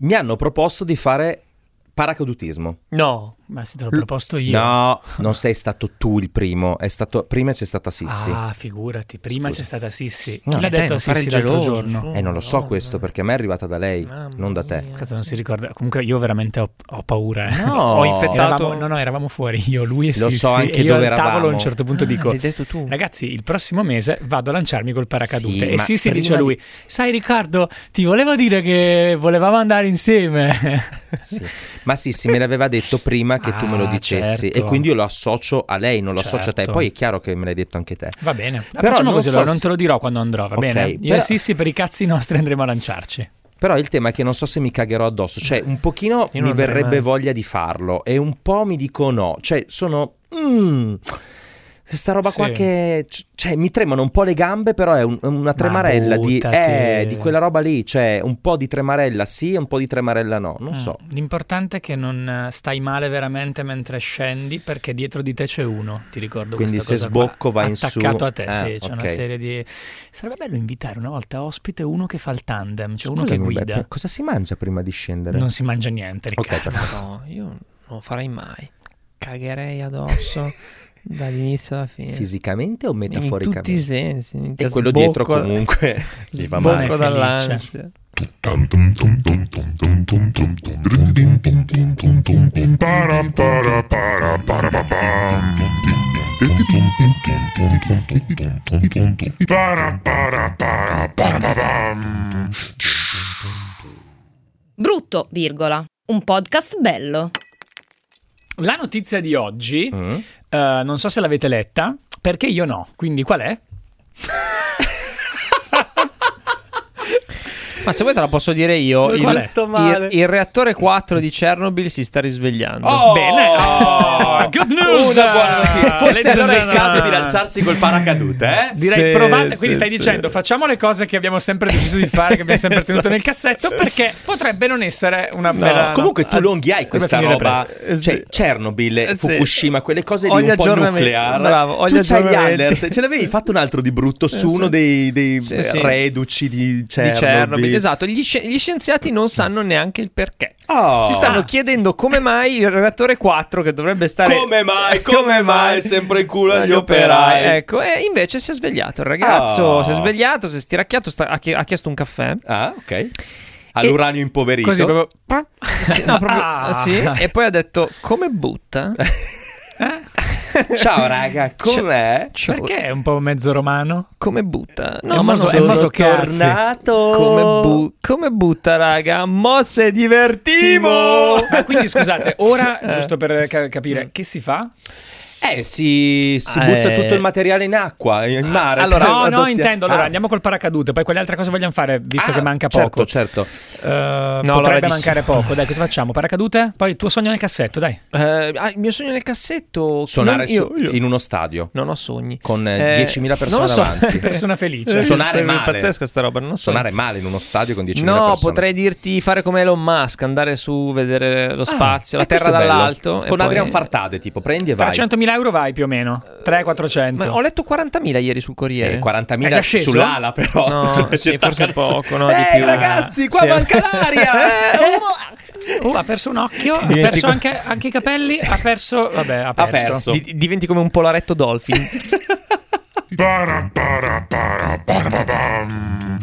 Mi hanno proposto di fare paracadutismo. No, ma se te l'ho proposto io. No, non sei stato tu il primo, è stato prima c'è stata Sissi. Ah, figurati, prima c'è stata Sissi. Chi No, l'ha eh, detto a non fare Sissi il l'altro geloso, giorno? Eh, non lo so questo perché a me è arrivata da lei, Mamma non da te. mia. Cazzo, non si ricorda. Comunque io veramente ho, ho paura. eh. No. ho infettato. Eravamo- no, no, eravamo fuori io, lui e Lo so Sissi. anche e io dove al tavolo eravamo. a un certo punto dico L'hai detto tu. Ragazzi, il prossimo mese vado a lanciarmi col paracadute. Sì, e ma Sissi prima dice a lui: Sai, Riccardo, ti volevo dire che volevamo andare insieme. Sì. Ma Sissi me l'aveva detto prima che tu me lo Ah, dicessi certo. e quindi io lo associo a lei, non lo associo a te. Certo. Poi è chiaro che me l'hai detto anche te. Va bene, Ma Però facciamo non così, so allora, se- non te lo dirò quando andrò, va Ok, bene? Io però- e Sissi per i cazzi nostri andremo a lanciarci. Però il tema è che non so se mi cagherò addosso, cioè un pochino Io mi non avrei verrebbe mai. voglia di farlo e un po' mi dico no, cioè sono... mm, questa roba qua Sì. che... c- Cioè mi tremano un po' le gambe, però è un- una tremarella di... buttati. Eh, di quella roba lì, cioè un po' di tremarella sì e un po' di tremarella no, non Mm. so. L'importante è che non eh, stai male veramente mentre scendi, perché dietro di te c'è uno, ti ricordo Quindi questa se cosa qua, sbocco vai in su. Attaccato a te, Ah, sì, c'è una ok. serie di... Sarebbe bello invitare una volta ospite uno che fa il tandem, cioè uno che Scusami, guida. Beppe, cosa si mangia prima di scendere? Non si mangia niente, Ok, Riccardo. perfetto. No, io non lo farei mai. Cagherei addosso dall'inizio alla fine. Fisicamente o in metaforicamente? tutti i sensi. minchia, E quello sbocco- dietro comunque gli va Sbocco male. Sbocco male. dall'ansia. Brutto, virgola. Un podcast bello. La notizia di oggi, Mm? eh, non so se l'avete letta, perché io no, quindi qual è? Ma se vuoi te la posso dire io. Qual è? Il, Sto il, il reattore 4 di Chernobyl si sta risvegliando. Bene, oh, good news! Oh! Una buona notizia. Forse Ladies and allora è il caso gentlemen. di lanciarsi col paracadute, eh? Direi Sì, provate, sì, quindi stai sì. dicendo facciamo le cose che abbiamo sempre deciso di fare, che abbiamo sempre Esatto. tenuto nel cassetto, perché potrebbe non essere una bella... No, comunque tu longhi hai questa Deve finire roba, presto. Eh, sì. cioè Chernobyl, Eh, sì. Fukushima, quelle cose lì Ho gli un po' aggiornamenti, nucleare. bravo, ho tu gli c'hai gli aggiornamenti. Eh, alert, ce l'avevi fatto un altro di brutto su sì. uno dei, dei Sì, sì. reduci di Di Chernobyl. Chernobyl, esatto, gli, sci- gli scienziati non sanno neanche il perché. Oh. Si stanno Ah. chiedendo come mai il reattore 4 che dovrebbe stare Come mai, come mai sempre in culo agli operai? Ecco, e invece si è svegliato il ragazzo, Oh. si è svegliato, si è stiracchiato, sta- ha, chie- ha chiesto un caffè. Ah, ok. All'uranio impoverito. Così proprio... Sì, no, proprio- Ah. sì, e poi ha detto come butta? Ciao raga, com'è? Cioè, Perché è un po' mezzo romano? Come butta? È un ma moso- è un sono- moso cazzi. Come, bu- come butta, raga? Mo se divertimo! Ah, Ma quindi scusate, ora, Eh. giusto per ca- Mm. capire, che si fa? Eh, si, si Eh. Ah, butta tutto il materiale in acqua, in mare. Allora, no, no, Adotti- intendo, allora Ah. andiamo col paracadute, poi quelle altre cose vogliamo fare, visto Ah, che manca certo, poco. Certo, Eh, No, allora potrebbe di- mancare poco, dai, cosa facciamo? Paracadute? Poi il tuo sogno nel cassetto, dai. Eh, ah, il mio sogno nel cassetto. Suonare non- io- su- io- in uno stadio Non ho sogni. con eh, Eh, 10.000 persone non lo so. davanti. Persona felice. Eh, Suonare È male. pazzesca sta roba, non lo so. Suonare male in uno stadio con 10.000 persone. No, potrei dirti fare come Elon Musk, andare su, vedere lo spazio, Eh, la terra questo è bello. dall'alto. e Con poi- Adrian Fartade, tipo, prendi e vai. 300.000 euro vai più o meno, 300-400. Ma ho letto 40.000 ieri sul Corriere. Eh, È già 40.000 sceso? sull'ala però No, Cioè, sì, ci forse attaccano su- poco, no, di Ehi più. ragazzi qua Sì. manca l'aria eh. Oh, ha perso un occhio, ha Dimentico- perso anche, anche i capelli, ha perso... Vabbè, ha perso. perso. Di- diventi come un polaretto dolphin.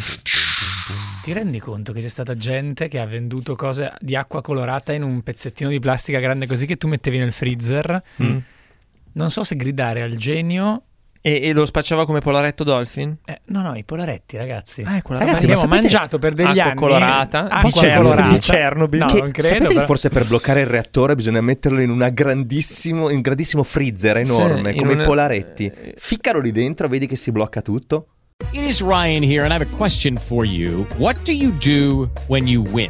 Ti rendi conto che c'è stata gente che ha venduto cose di acqua colorata in un pezzettino di plastica grande così che tu mettevi nel freezer? Mm. Non so se gridare al genio... e, e lo spacciava come polaretto dolphin? Eh, no, no, i polaretti, ragazzi. Ah, è quella Ragazzi, roba abbiamo lì. ma sapete- mangiato per degli Acqua anni colorata? Di acqua Chernobyl. colorata Di Chernobyl. No, Che- non credo. sapete che però- forse per bloccare il reattore bisogna metterlo in, una grandissimo, in un grandissimo freezer enorme, in come un- eh, i polaretti. Ficcalo lì dentro, vedi che si blocca tutto. It is Ryan here, and I have a question for you. What do you do when you win?